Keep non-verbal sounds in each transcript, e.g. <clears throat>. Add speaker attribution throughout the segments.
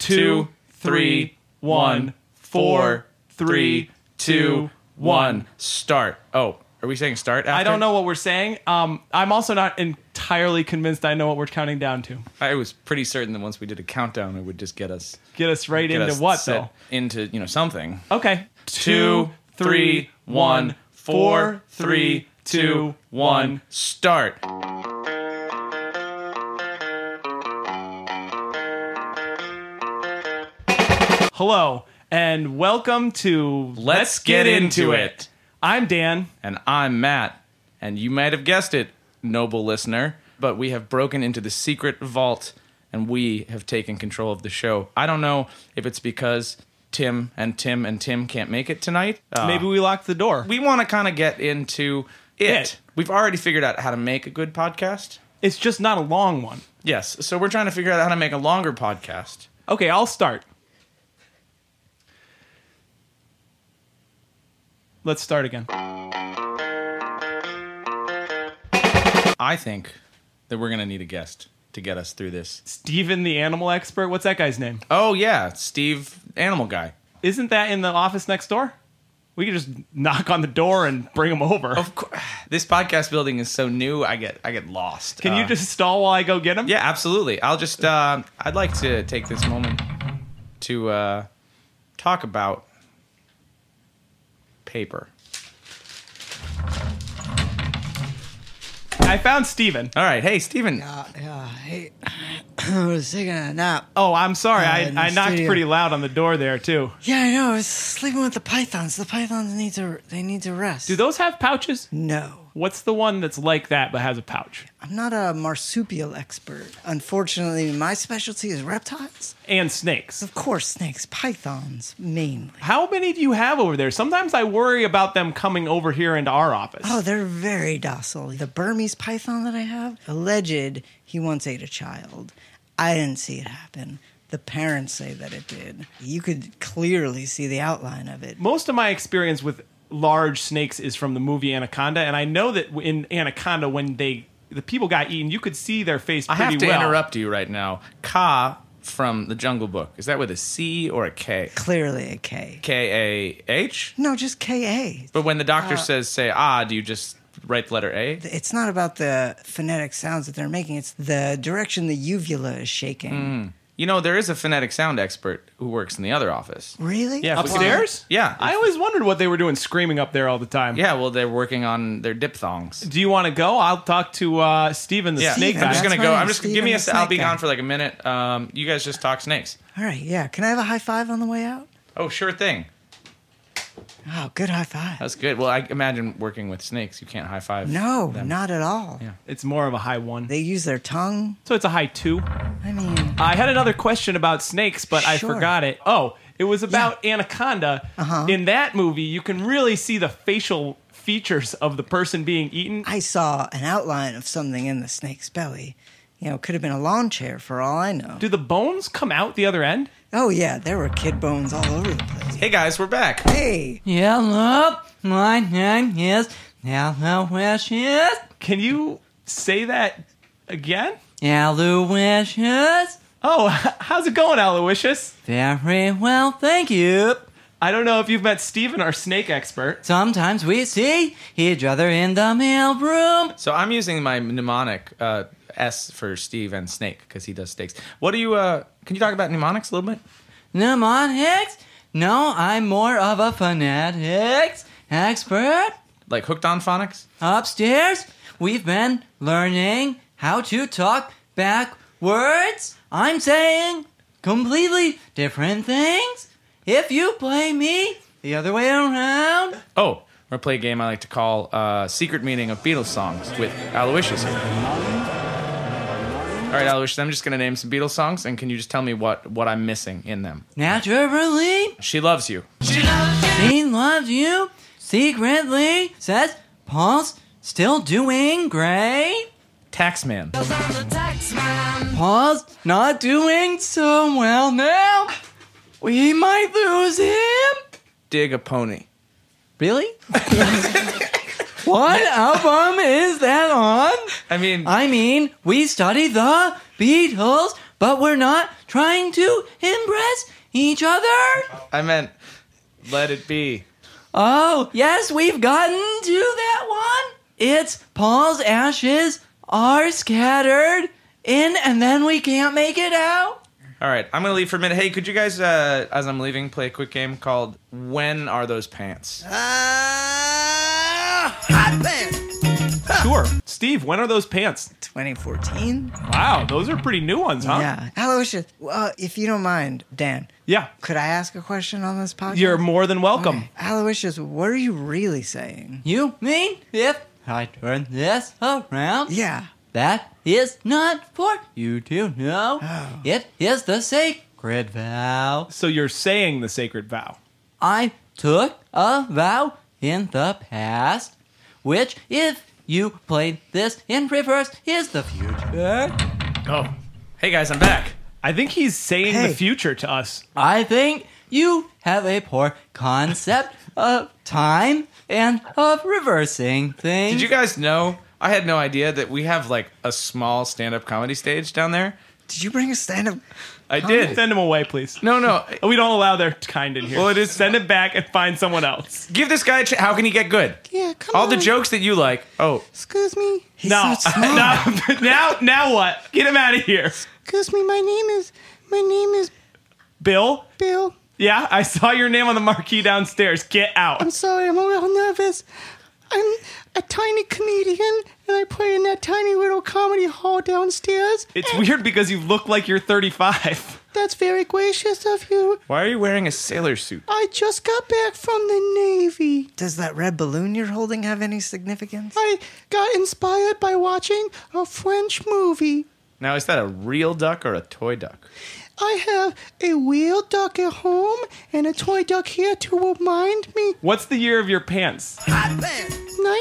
Speaker 1: two, three, one, four, three, two, one. Start. Oh, are we saying start? After?
Speaker 2: I don't know what we're saying. Um, I'm also not entirely convinced I know what we're counting down to.
Speaker 1: I was pretty certain that once we did a countdown, it would just get us
Speaker 2: Get us right
Speaker 1: get
Speaker 2: into
Speaker 1: us
Speaker 2: what
Speaker 1: set into you know something.
Speaker 2: though. Okay.
Speaker 1: Two, three, one, four, three, two, one. Start.
Speaker 2: Hello and welcome to
Speaker 1: Let's get into it.
Speaker 2: I'm Dan.
Speaker 1: And I'm Matt. And you might have guessed it, noble listener, but we have broken into the secret vault and we have taken control of the show. I don't know if it's because Tim and Tim and Tim can't make it tonight. Uh,
Speaker 2: Maybe we locked the door.
Speaker 1: we want to kind of get into it.
Speaker 2: It.
Speaker 1: We've already figured out how to make a good podcast.
Speaker 2: it's just not a long one.
Speaker 1: Yes. So we're trying to figure out how to make a longer podcast.
Speaker 2: Okay, I'll start. Let's start again.
Speaker 1: I think that we're going to need a guest to get us through this.
Speaker 2: Steven the animal expert. What's that guy's name?
Speaker 1: Oh, yeah. Steve, animal guy.
Speaker 2: Isn't that in the office next door? We could just knock on the door and bring him over.
Speaker 1: Of course, <sighs> this podcast building is so new. I get I get lost.
Speaker 2: Can you
Speaker 1: Uh,
Speaker 2: just stall while I go get him?
Speaker 1: Yeah, absolutely. I'll just uh, I'd like to take this moment to uh, talk about paper.
Speaker 2: I found Steven.
Speaker 1: All right, hey Steven.
Speaker 3: Uh, yeah, hey, <clears throat> I was taking a nap.
Speaker 2: Oh, I'm sorry.
Speaker 3: Uh,
Speaker 2: I,
Speaker 3: in the
Speaker 2: I knocked
Speaker 3: studio.
Speaker 2: pretty loud on the door there too.
Speaker 3: Yeah, I know. I was sleeping with the pythons. The pythons need to they need to rest.
Speaker 2: Do those have pouches?
Speaker 3: no,
Speaker 2: What's the one that's like that but has a pouch?
Speaker 3: I'm not a marsupial expert. Unfortunately, my specialty is reptiles.
Speaker 2: And snakes.
Speaker 3: Of course, snakes, pythons mainly.
Speaker 2: How many do you have over there? Sometimes I worry about them coming over here into our office.
Speaker 3: Oh, they're very docile. The Burmese python that I have, alleged he once ate a child. I didn't see it happen. The parents say that it did. You could clearly see the outline of it.
Speaker 2: most of my experience with large snakes is from the movie Anaconda, and I know that in Anaconda, when they the people got eaten, you could see their face.
Speaker 1: I
Speaker 2: Pretty
Speaker 1: have to
Speaker 2: well.
Speaker 1: interrupt you right now. Ka from the Jungle Book. Is that with a C or a K?
Speaker 3: Clearly a K.
Speaker 1: K A H.
Speaker 3: No, just K A.
Speaker 1: But when the doctor
Speaker 2: Uh,
Speaker 1: says say ah, do you just write the letter A?
Speaker 3: it's not about the phonetic sounds that they're making. It's the direction the uvula is shaking.
Speaker 1: Mm. You know there is a phonetic sound expert who works in the other office.
Speaker 3: Really?
Speaker 1: Yeah, if we
Speaker 2: upstairs.
Speaker 1: Yeah.
Speaker 2: I always wondered what they were doing, screaming up there all the time.
Speaker 1: Yeah, well they're working on their diphthongs.
Speaker 2: Do you want to go? I'll talk to uh, Steven the
Speaker 1: Yeah,
Speaker 2: snake
Speaker 3: Steven,
Speaker 1: I'm
Speaker 2: guy.
Speaker 1: just gonna
Speaker 3: That's
Speaker 1: go.
Speaker 3: right,
Speaker 1: I'm just give
Speaker 3: Steven
Speaker 1: me a.
Speaker 3: the
Speaker 1: se- I'll be
Speaker 3: snake guy.
Speaker 1: gone for like a minute. Um, you guys just talk snakes.
Speaker 3: All right. Yeah. Can I have a high five on the way out?
Speaker 1: Oh, sure thing.
Speaker 3: Oh, good high five.
Speaker 1: That's good. Well, I imagine working with snakes, you can't high five.
Speaker 3: no, not at all.
Speaker 2: It's more of a high one,
Speaker 3: They use their tongue.
Speaker 2: so it's a high two.
Speaker 3: I mean,
Speaker 2: I had another question about snakes, but I
Speaker 3: Sure.
Speaker 2: forgot it. Oh, it was about Anaconda.
Speaker 1: Uh-huh.
Speaker 2: In that movie, you can really see the facial features of the person being eaten.
Speaker 3: I saw an outline of something in the snake's belly. You know, it could have been a lawn chair for all I know.
Speaker 2: Do the bones come out the other end?
Speaker 3: Oh, yeah. There were kid bones all over the place.
Speaker 1: Hey guys, we're back.
Speaker 3: Hey.
Speaker 4: Yeah, look, my name is Aloysius.
Speaker 2: Can you say that again?
Speaker 4: Aloysius.
Speaker 2: Oh, <laughs> how's it going, Aloysius?
Speaker 4: Very well, thank you.
Speaker 2: I don't know if you've met Steven, our snake expert.
Speaker 4: Sometimes we see each other in the mailroom.
Speaker 1: So I'm using my mnemonic uh, S for Steve and snake because he does snakes. What do you? Uh, can you talk about mnemonics a little bit?
Speaker 4: Mnemonics? No, I'm more of a phonetics expert.
Speaker 1: Like hooked on phonics?
Speaker 4: Upstairs, we've been learning how to talk backwards. I'm saying completely different things. If you play me the other way around,
Speaker 1: Oh, we're gonna play a game I like to call uh, "Secret Meaning of Beatles Songs" with Aloysius. here. All right, Aloysius, I'm just gonna name some Beatles songs, and can you just tell me what what I'm missing in them?
Speaker 4: naturally,
Speaker 1: She loves you.
Speaker 4: he loves you secretly, says Paul's still doing great.
Speaker 1: Taxman.
Speaker 4: Paul's not doing so well now. We might lose him.
Speaker 1: Dig a pony.
Speaker 4: Really? <laughs> what album is that on?
Speaker 1: I mean,
Speaker 4: I mean, we study the Beatles but we're not trying to impress each other.
Speaker 1: I meant let it be.
Speaker 4: Oh, yes, we've gotten to that one. It's Paul's ashes are scattered in, and then we can't make it out.
Speaker 1: All right, I'm gonna leave for a minute. Hey, could you guys, uh, as I'm leaving, play a quick game called "When Are Those Pants?"
Speaker 3: Ah, hot pants.
Speaker 2: <gasps> Sure. Steve, when are those pants?
Speaker 3: 2014.
Speaker 2: Wow, those are pretty new ones, huh?
Speaker 3: Yeah. Aloysius, uh, if you don't mind, Dan,
Speaker 2: Yeah.
Speaker 3: could I ask a question on this podcast?
Speaker 2: You're more than welcome.
Speaker 3: Okay. Aloysius, what are you really saying?
Speaker 4: You mean if I turn this around?
Speaker 3: Yeah.
Speaker 4: That is not for you to know.
Speaker 3: Oh.
Speaker 4: It is the sacred vow.
Speaker 2: So you're saying the sacred vow.
Speaker 4: I took a vow in the past, which, if you played this in reverse, is the future.
Speaker 1: Oh, hey guys, I'm back.
Speaker 2: I think he's saying
Speaker 3: Hey.
Speaker 2: the future to us.
Speaker 4: I think you have a poor concept of time and of reversing things.
Speaker 1: Did you guys know? I had no idea that we have like a small stand-up comedy stage down there.
Speaker 3: Did you bring a stand up?
Speaker 1: I
Speaker 3: Oh.
Speaker 1: did.
Speaker 2: Send him away, please. Oh,
Speaker 1: No, no.
Speaker 2: We don't allow their kind in here. Well, it is. Send it back and find someone else.
Speaker 1: Give this guy a chance. How can he get good?
Speaker 3: Yeah, come
Speaker 1: All the jokes that you like. Oh,
Speaker 3: Excuse me. He's
Speaker 2: <laughs> No,
Speaker 3: so small.
Speaker 2: no. Now, now what? Get him out of here,
Speaker 3: Excuse me. My name is. My name is
Speaker 2: Bill.
Speaker 3: Bill.
Speaker 2: Yeah, I saw your name on the marquee downstairs. Get out.
Speaker 5: sorry, I'm a little nervous. I'm a tiny comedian, and I play in that tiny little comedy hall downstairs.
Speaker 2: It's weird because you look like you're 35.
Speaker 5: That's very gracious of you.
Speaker 1: why are you wearing a sailor suit?
Speaker 4: Uh,
Speaker 5: I just got back from the Navy.
Speaker 3: Does that red balloon you're holding have any significance?
Speaker 5: I got inspired by watching a French movie.
Speaker 1: Now, is that a real duck or a toy duck?
Speaker 5: I have a real duck at home and a toy duck here to remind me.
Speaker 2: What's the year of your pants?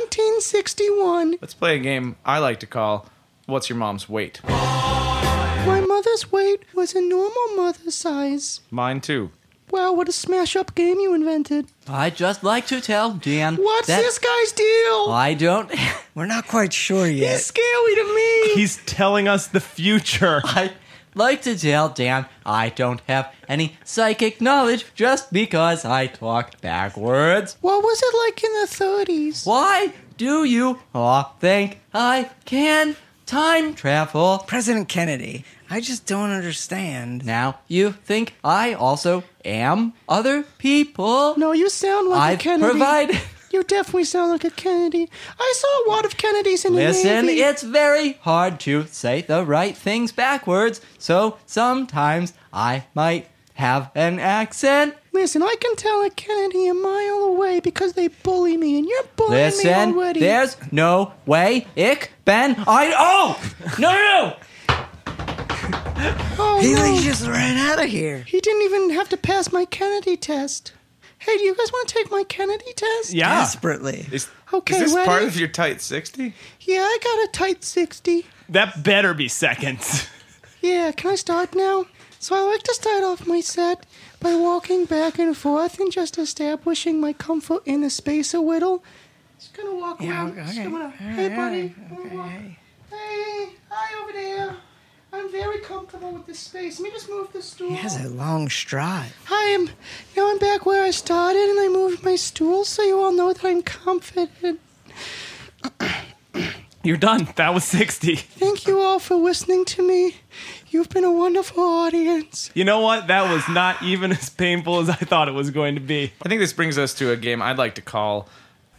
Speaker 5: 1961.
Speaker 1: Let's play a game I like to call "What's Your Mom's Weight."
Speaker 5: My mother's weight was a normal mother's size.
Speaker 1: Mine too.
Speaker 5: Wow, what a smash up game you invented.
Speaker 4: I'd just like to tell Dan
Speaker 5: What's
Speaker 4: that Uh,
Speaker 5: this guy's deal?
Speaker 4: I don't.
Speaker 3: We're not quite sure yet.
Speaker 5: It's scary to me.
Speaker 2: He's telling us the future.
Speaker 4: I'd like to tell Dan I don't have any psychic knowledge just because I talk backwards.
Speaker 5: What was it like in the 30s?
Speaker 4: Why do you all think I can time travel?
Speaker 3: President Kennedy, I just don't understand.
Speaker 4: Now you think I also am other people?
Speaker 5: No, you sound like
Speaker 4: I
Speaker 5: a Kennedy.
Speaker 4: provide.
Speaker 5: You definitely sound like a Kennedy. I saw a lot of Kennedys in
Speaker 4: Listen,
Speaker 5: the Navy.
Speaker 4: it's very hard to say the right things backwards, so sometimes I might have an accent.
Speaker 5: Listen, I can tell a Kennedy a mile away because they bully me, and you're bullying me
Speaker 4: Listen,
Speaker 5: already.
Speaker 4: there's no way. Ich Ben, I. Oh! No, no,
Speaker 5: oh,
Speaker 3: He
Speaker 5: no.
Speaker 3: like, just ran out of here.
Speaker 5: He didn't even have to pass my Kennedy test. Hey, do you guys want to take my Kennedy test?
Speaker 2: Yeah.
Speaker 3: Desperately.
Speaker 1: Is,
Speaker 5: Okay,
Speaker 1: is this part
Speaker 5: ready?
Speaker 1: of your tight sixty?
Speaker 5: Yeah, I got a tight 60.
Speaker 2: That better be seconds.
Speaker 5: Yeah, can I start now? So I like to start off my set by walking back and forth and just establishing my comfort in the space a little. Just gonna walk
Speaker 3: Yeah,
Speaker 5: around.
Speaker 3: okay,
Speaker 5: Just
Speaker 3: okay.
Speaker 5: gonna,
Speaker 3: All
Speaker 5: hey,
Speaker 3: right, all right,
Speaker 5: buddy. I'm gonna
Speaker 3: okay,
Speaker 5: walk.
Speaker 3: hey.
Speaker 5: Hey, hi over there. I'm very comfortable with this space. Let me just move this stool.
Speaker 3: He has a long stride.
Speaker 5: Hi, I'm now I'm back where I started, and I moved my stool so you all know that I'm confident.
Speaker 2: You're done. That was 60.
Speaker 5: Thank you all for listening to me. You've been a wonderful audience.
Speaker 2: You know what? That was not even as painful as I thought it was going to be.
Speaker 1: I think this brings us to a game I'd like to call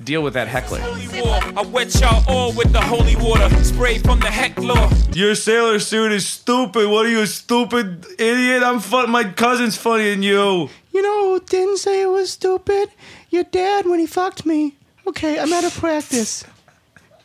Speaker 1: "Deal with That Heckler."
Speaker 6: holy war. I wet y'all all with the holy water, spray from the heckler.
Speaker 1: Your sailor suit is stupid. What are you, a stupid idiot? I'm fun. My cousin's funny than you.
Speaker 5: You know who didn't say it was stupid? Your dad when he fucked me. Okay, I'm out of practice.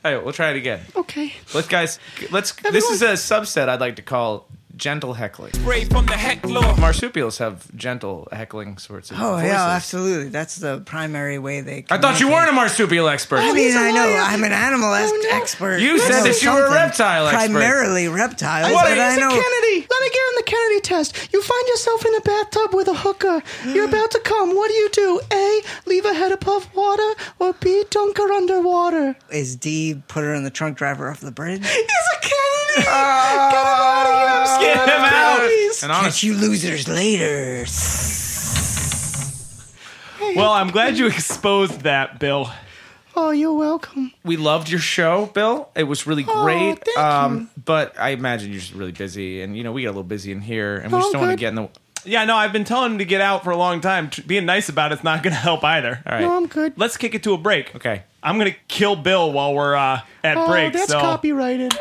Speaker 1: All right, we'll try it again.
Speaker 5: Okay.
Speaker 1: Let's, guys, let's. This is a subset I'd like to call gentle heckling.
Speaker 6: Spray from the heckler.
Speaker 1: Marsupials have gentle heckling sorts of.
Speaker 3: Oh,
Speaker 1: voices.
Speaker 3: yeah, absolutely. That's the primary way they.
Speaker 1: I thought you
Speaker 3: communicate.
Speaker 1: weren't a marsupial expert.
Speaker 3: I
Speaker 5: Oh,
Speaker 3: mean,
Speaker 5: he's a
Speaker 3: I know.
Speaker 5: liar.
Speaker 3: I'm an animal ex-
Speaker 5: Oh, no.
Speaker 3: expert.
Speaker 1: You
Speaker 3: I
Speaker 1: said
Speaker 3: know
Speaker 1: that you were a
Speaker 3: something.
Speaker 1: reptile expert.
Speaker 3: Primarily reptiles.
Speaker 1: What
Speaker 3: but
Speaker 1: are
Speaker 3: I
Speaker 5: He's a
Speaker 3: know.
Speaker 5: Kennedy. Let me get on the Kennedy test. You find yourself in a bathtub with a hooker. You're
Speaker 7: Mm.
Speaker 5: about to come. What do you do? A. Leave her head above water, or B. Dunk her underwater.
Speaker 3: Is D put her in the trunk driver off the bridge?
Speaker 5: He's a Kennedy. <laughs>
Speaker 1: Get him out. And
Speaker 3: Catch
Speaker 1: honestly,
Speaker 3: you losers later.
Speaker 2: Well, I'm glad you exposed that, Bill.
Speaker 5: Oh, you're welcome.
Speaker 1: we loved your show, Bill. It was really
Speaker 5: Oh,
Speaker 1: great.
Speaker 5: thank
Speaker 1: um, But I imagine you're just really busy, and you know we get a little busy in here, and we
Speaker 5: Oh,
Speaker 1: just don't want to
Speaker 5: good.
Speaker 1: get in the. All
Speaker 2: Yeah, no, I've been telling him to get out for a long time. Tr- Being nice about it's not going to help either.
Speaker 1: right.
Speaker 5: No, I'm good.
Speaker 2: Let's kick it to a break.
Speaker 1: Okay.
Speaker 2: I'm going to kill Bill while we're uh, at
Speaker 5: oh,
Speaker 2: break.
Speaker 5: that's
Speaker 2: so.
Speaker 5: copyrighted.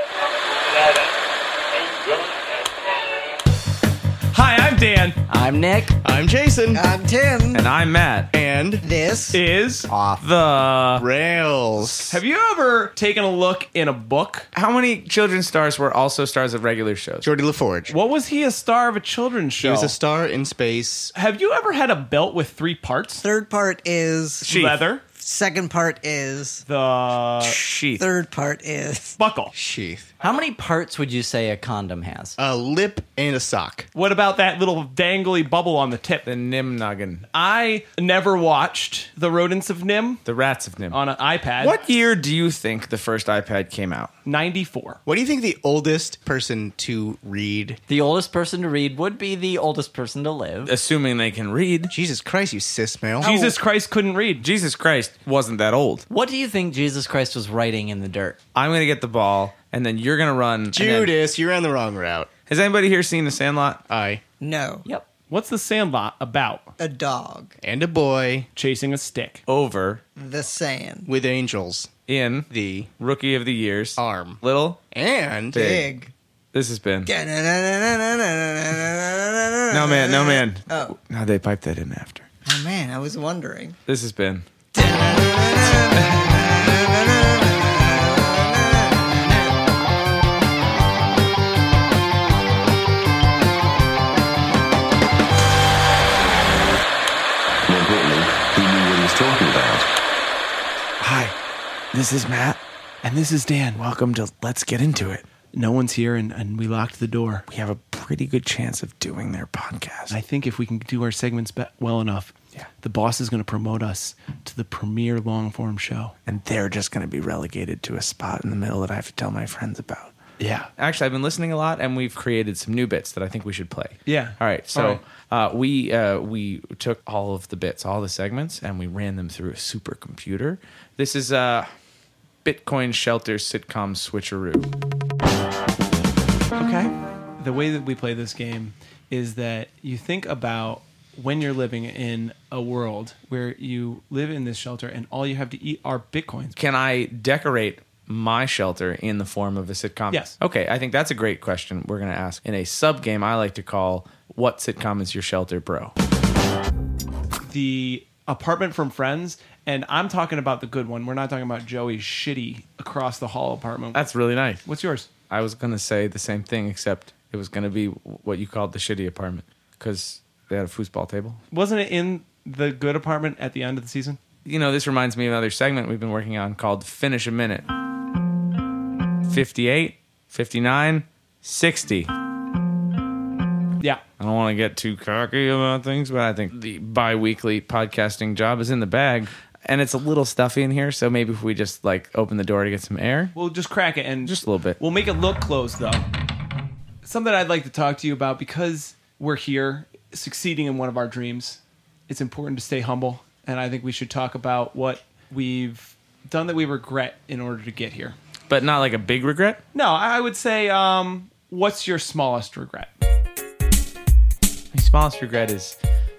Speaker 2: Hi, I'm Dan.
Speaker 4: I'm Nick.
Speaker 7: I'm Jason.
Speaker 3: I'm Tim.
Speaker 1: And I'm Matt.
Speaker 7: and
Speaker 3: This
Speaker 2: Is
Speaker 7: off
Speaker 1: The
Speaker 7: rails.
Speaker 2: have you ever taken a look in a book?
Speaker 1: how many children's stars were also stars of regular shows?
Speaker 7: Jordy LaForge.
Speaker 2: What was he a star of a children's show?
Speaker 7: He was a star in space.
Speaker 2: have you ever had a belt with three parts?
Speaker 3: third part is.
Speaker 1: Sheath.
Speaker 2: Leather.
Speaker 3: Second part is.
Speaker 2: The
Speaker 1: Sheath.
Speaker 3: Third part is.
Speaker 2: buckle.
Speaker 7: Sheath.
Speaker 4: How many parts would you say a condom has?
Speaker 7: A lip and a sock.
Speaker 2: What about that little dangly bubble on the tip?
Speaker 1: The Nim Nuggin.
Speaker 2: I never watched The Rodents of Nim
Speaker 1: The Rats of Nim.
Speaker 2: on an iPad.
Speaker 1: What year do you think the first iPad came out?
Speaker 2: 94.
Speaker 7: What do you think the oldest person to read?
Speaker 4: The oldest person to read would be the oldest person to live.
Speaker 1: Assuming they can read.
Speaker 7: Jesus Christ, you cis male.
Speaker 2: Jesus Christ couldn't read.
Speaker 1: Jesus Christ wasn't that old.
Speaker 4: What do you think Jesus Christ was writing in the dirt?
Speaker 1: I'm going to get the ball, and then you're going to run. and then-
Speaker 7: Judas, you're on the wrong route.
Speaker 1: has anybody here seen The Sandlot?
Speaker 7: I
Speaker 3: No.
Speaker 4: Yep.
Speaker 2: What's the Sandlot about?
Speaker 3: A dog.
Speaker 7: and a boy
Speaker 2: Chasing a stick.
Speaker 1: Over
Speaker 3: The sand.
Speaker 7: with angels.
Speaker 1: in
Speaker 7: The
Speaker 1: Rookie of the Years.
Speaker 7: arm
Speaker 1: Little,
Speaker 7: and
Speaker 3: Big.
Speaker 1: this has been.
Speaker 3: No
Speaker 2: <laughs>
Speaker 1: No, man, no, man.
Speaker 3: Oh.
Speaker 1: No, they piped that in after.
Speaker 3: Oh man, I was wondering.
Speaker 1: This has been.
Speaker 8: More importantly, he knew what he was talking about.
Speaker 1: Hi, this is Matt.
Speaker 2: And this is Dan.
Speaker 1: Welcome to Let's Get Into It.
Speaker 2: No one's here, and, and we locked the door.
Speaker 1: We have a pretty good chance of doing their podcast.
Speaker 2: I think if we can do our segments be- well enough,
Speaker 1: Yeah.
Speaker 2: the boss is going to promote us to the premier long form show.
Speaker 1: and they're just going to be relegated to a spot in the middle that I have to tell my friends about.
Speaker 2: Yeah.
Speaker 1: Actually, I've been listening a lot, and we've created some new bits that I think we should play.
Speaker 2: Yeah.
Speaker 1: All right. So
Speaker 2: All
Speaker 1: Uh, we uh, we took all of the bits, all the segments, and we ran them through a supercomputer. This is uh, Bitcoin Shelter sitcom switcheroo.
Speaker 2: Okay. The way that we play this game is that you think about when you're living in a world where you live in this shelter and all you have to eat are bitcoins.
Speaker 1: Can I decorate my shelter in the form of a sitcom?
Speaker 2: Yes.
Speaker 1: Okay. I think that's a great question. We're going to ask in a sub game. I like to call "What sitcom is your shelter, bro?"
Speaker 2: The apartment from Friends, and I'm talking about the good one. We're not talking about Joey's shitty across the hall apartment.
Speaker 1: That's really nice.
Speaker 2: What's yours?
Speaker 1: I was gonna say the same thing, except it was gonna be what you called the shitty apartment because they had a foosball table.
Speaker 2: Wasn't it in the good apartment at the end of the season?
Speaker 1: You know, this reminds me of another segment we've been working on called Finish a Minute. 58, 59, 60. I
Speaker 2: Yeah.
Speaker 1: don't want to get too cocky about things, but I think the bi weekly podcasting job is in the bag. And it's a little stuffy in here, so maybe if we just like open the door to get some air.
Speaker 2: We'll just crack it and
Speaker 1: Just a little bit.
Speaker 2: We'll make it look closed though. Something I'd like to talk to you about because we're here succeeding in one of our dreams. It's important to stay humble, and I think we should talk about what we've done that we regret in order to get here.
Speaker 1: But not like a big regret.
Speaker 2: No, I I would say, um, what's your smallest regret?
Speaker 1: My smallest regret is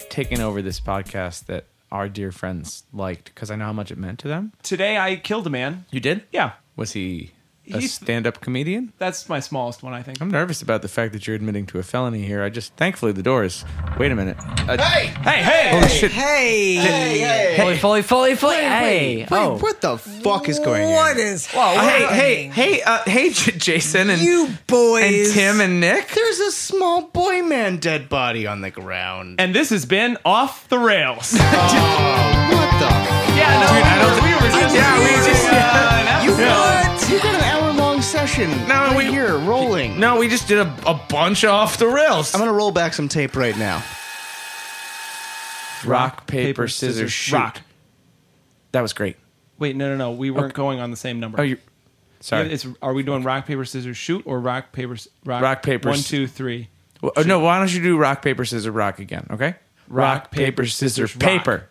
Speaker 1: taking over this podcast that our dear friends liked because I know how much it meant to them.
Speaker 2: Today I killed a man.
Speaker 1: You did?
Speaker 2: Yeah,
Speaker 1: Was he a
Speaker 2: He's-
Speaker 1: stand up comedian?
Speaker 2: that's my smallest one, I think.
Speaker 1: I'm nervous about the fact that you're admitting to a felony here. I just, thankfully, the door is. Wait a minute. Uh, hey! <laughs>
Speaker 2: Hey, hey!
Speaker 1: Holy shit.
Speaker 3: Hey,
Speaker 4: Fully, fully, fully, fully. hey.
Speaker 7: Wait,
Speaker 4: oh.
Speaker 7: what the fuck is going on?
Speaker 3: what is happening?
Speaker 1: Hey, hey, hey, uh, hey, J- Jason and,
Speaker 3: you
Speaker 1: and
Speaker 3: boys?
Speaker 1: Tim and Nick.
Speaker 7: There's a small boy man dead body on the ground.
Speaker 2: And this has been off the rails.
Speaker 7: What
Speaker 2: <laughs>
Speaker 7: the?
Speaker 2: yeah, no,
Speaker 1: I don't-
Speaker 2: we were just-
Speaker 1: Yeah, we just-
Speaker 2: uh, an
Speaker 7: You
Speaker 2: episode.
Speaker 7: what? You got an hour long session.
Speaker 1: No,
Speaker 7: right
Speaker 1: we-
Speaker 7: here rolling.
Speaker 1: No, we just did a, a bunch off the rails.
Speaker 7: I'm gonna roll back some tape right now.
Speaker 1: rock, paper, scissors, shoot.
Speaker 2: rock.
Speaker 1: That was great.
Speaker 2: Wait, no, no, no. We weren't going on the same number.
Speaker 1: Oh, you Sorry.
Speaker 2: It's are we doing rock paper scissors shoot or rock paper s-
Speaker 1: Rock, paper,
Speaker 2: one
Speaker 1: sc-
Speaker 2: two three
Speaker 1: Well, uh, no, why don't you do rock, paper, scissors, rock again, okay? Rock, paper, scissors,
Speaker 2: rock.
Speaker 1: paper.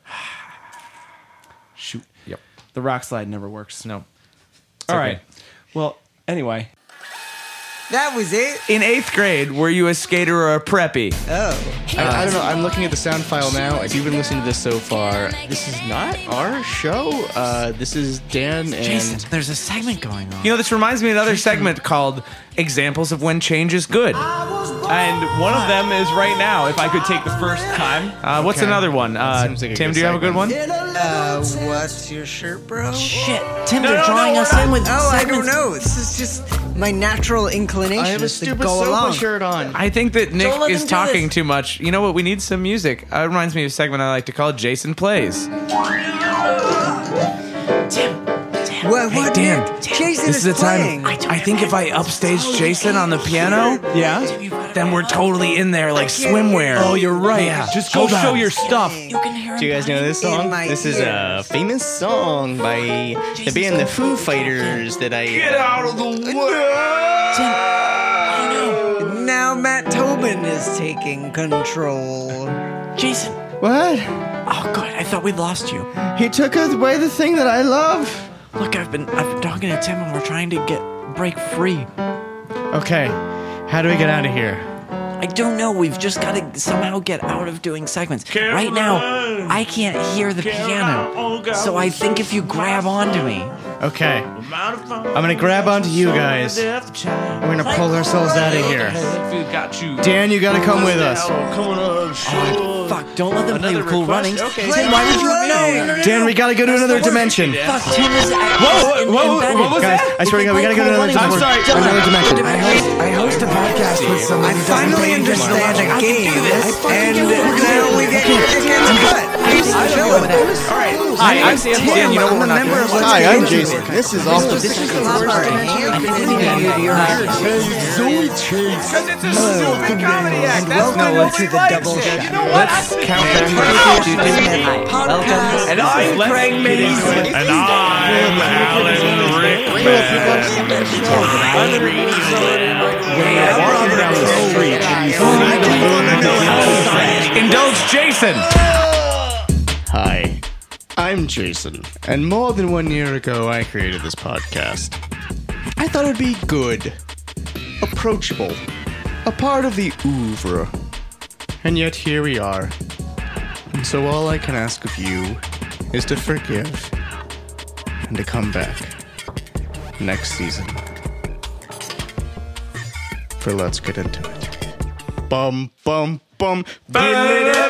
Speaker 2: shoot.
Speaker 1: Yep.
Speaker 2: The rock slide never works.
Speaker 1: No.
Speaker 2: All
Speaker 1: okay.
Speaker 2: right. Well, anyway,
Speaker 3: That was it.
Speaker 1: In eighth grade, were you a skater or a preppie?
Speaker 3: Oh,
Speaker 5: I, I don't know. I'm looking at the sound file now. If you've been listening to this so far, this is not our show. Uh, this is Dan and
Speaker 4: there's a segment going on.
Speaker 1: You know, this reminds me of another segment called Examples of When Change is Good.
Speaker 2: and one of them is right now. If I could take the first time,
Speaker 1: Uh, what's
Speaker 5: Okay.
Speaker 1: another one?
Speaker 5: That
Speaker 1: Uh,
Speaker 5: seems like a
Speaker 1: Tim,
Speaker 5: good
Speaker 1: do you have a good
Speaker 5: segment.
Speaker 1: one?
Speaker 3: uh, what's your shirt, bro?
Speaker 4: Shit, Tim,
Speaker 1: no,
Speaker 4: they're
Speaker 1: no,
Speaker 4: drawing us in with
Speaker 3: Oh, I don't
Speaker 4: segments.
Speaker 3: know. This is just my natural inclination.
Speaker 5: I have a
Speaker 3: is to
Speaker 5: stupid
Speaker 3: go
Speaker 5: sofa
Speaker 3: along.
Speaker 5: shirt on.
Speaker 1: I think that Nick
Speaker 4: Don't let
Speaker 1: is
Speaker 4: them do
Speaker 1: talking
Speaker 4: this.
Speaker 1: too much. You know what? We need some music. Uh, It reminds me of a segment I like to call Jason Plays.
Speaker 3: What? what
Speaker 1: Tim,
Speaker 3: Nick? Jason
Speaker 1: This is the
Speaker 3: playing.
Speaker 1: time. I think if I upstage Jason on the piano,
Speaker 2: yeah.
Speaker 1: then we're totally in there like swimwear.
Speaker 2: Oh, you're right.
Speaker 1: Yeah.
Speaker 2: Just go
Speaker 1: Hold
Speaker 2: show
Speaker 1: on.
Speaker 2: your stuff.
Speaker 3: Playing.
Speaker 5: Do you guys know this
Speaker 3: In
Speaker 5: song?
Speaker 3: my
Speaker 5: This is a
Speaker 3: ears.
Speaker 5: famous song by the band The Foo Fighters that I. Get out of the
Speaker 4: Oh,
Speaker 3: Now Matt Tobin is taking control.
Speaker 4: Jason.
Speaker 5: What?
Speaker 4: Oh god, I thought we lost you.
Speaker 5: He took away the thing that I love.
Speaker 4: Look, I've been I've been talking to Tim and we're trying to get break free.
Speaker 5: Okay, how do we get out of here?
Speaker 4: I don't know. We've just got to somehow get out of doing segments. right now, I can't hear the piano. So I think if you grab onto me,
Speaker 5: Okay, I'm gonna grab onto you guys. We're gonna pull ourselves out of here. Dan, you gotta come with us.
Speaker 4: fuck, don't let them play with cool runnings. Tim,
Speaker 3: Play
Speaker 4: why would
Speaker 3: Cool
Speaker 4: you
Speaker 3: Runnings.
Speaker 4: know?
Speaker 5: Dan, we gotta go to another dimension.
Speaker 4: Fuck, Tim is
Speaker 2: Whoa, whoa, whoa, what was
Speaker 5: Guys,
Speaker 2: that?
Speaker 5: I swear to God, we gotta go to another
Speaker 2: I'm
Speaker 5: dimension.
Speaker 2: sorry.
Speaker 5: Another dimension.
Speaker 9: I host a podcast with somebody. who doesn't
Speaker 3: Finally
Speaker 9: play any digital logic.
Speaker 3: understand a game, and
Speaker 9: do it.
Speaker 3: now we get kicked against butt. All right,
Speaker 1: Hi, I'm Sam. Dan, you know what we're not doing?
Speaker 5: Hi, I'm Jason. This is awful.
Speaker 3: Welcome to the double shot.
Speaker 9: Let's count back.
Speaker 4: Welcome.
Speaker 1: And I'm Craig Mason. And I'm Alan Rickman. Indulge Jason.
Speaker 5: Hi, I'm Jason, and more than one year ago, I created this podcast. I thought it'd be good, approachable, a part of the oeuvre. And yet here we are. And so all I can ask of you is to forgive and to come back next season for Let's Get Into It. Bum, bum, bum. Fiddle it up.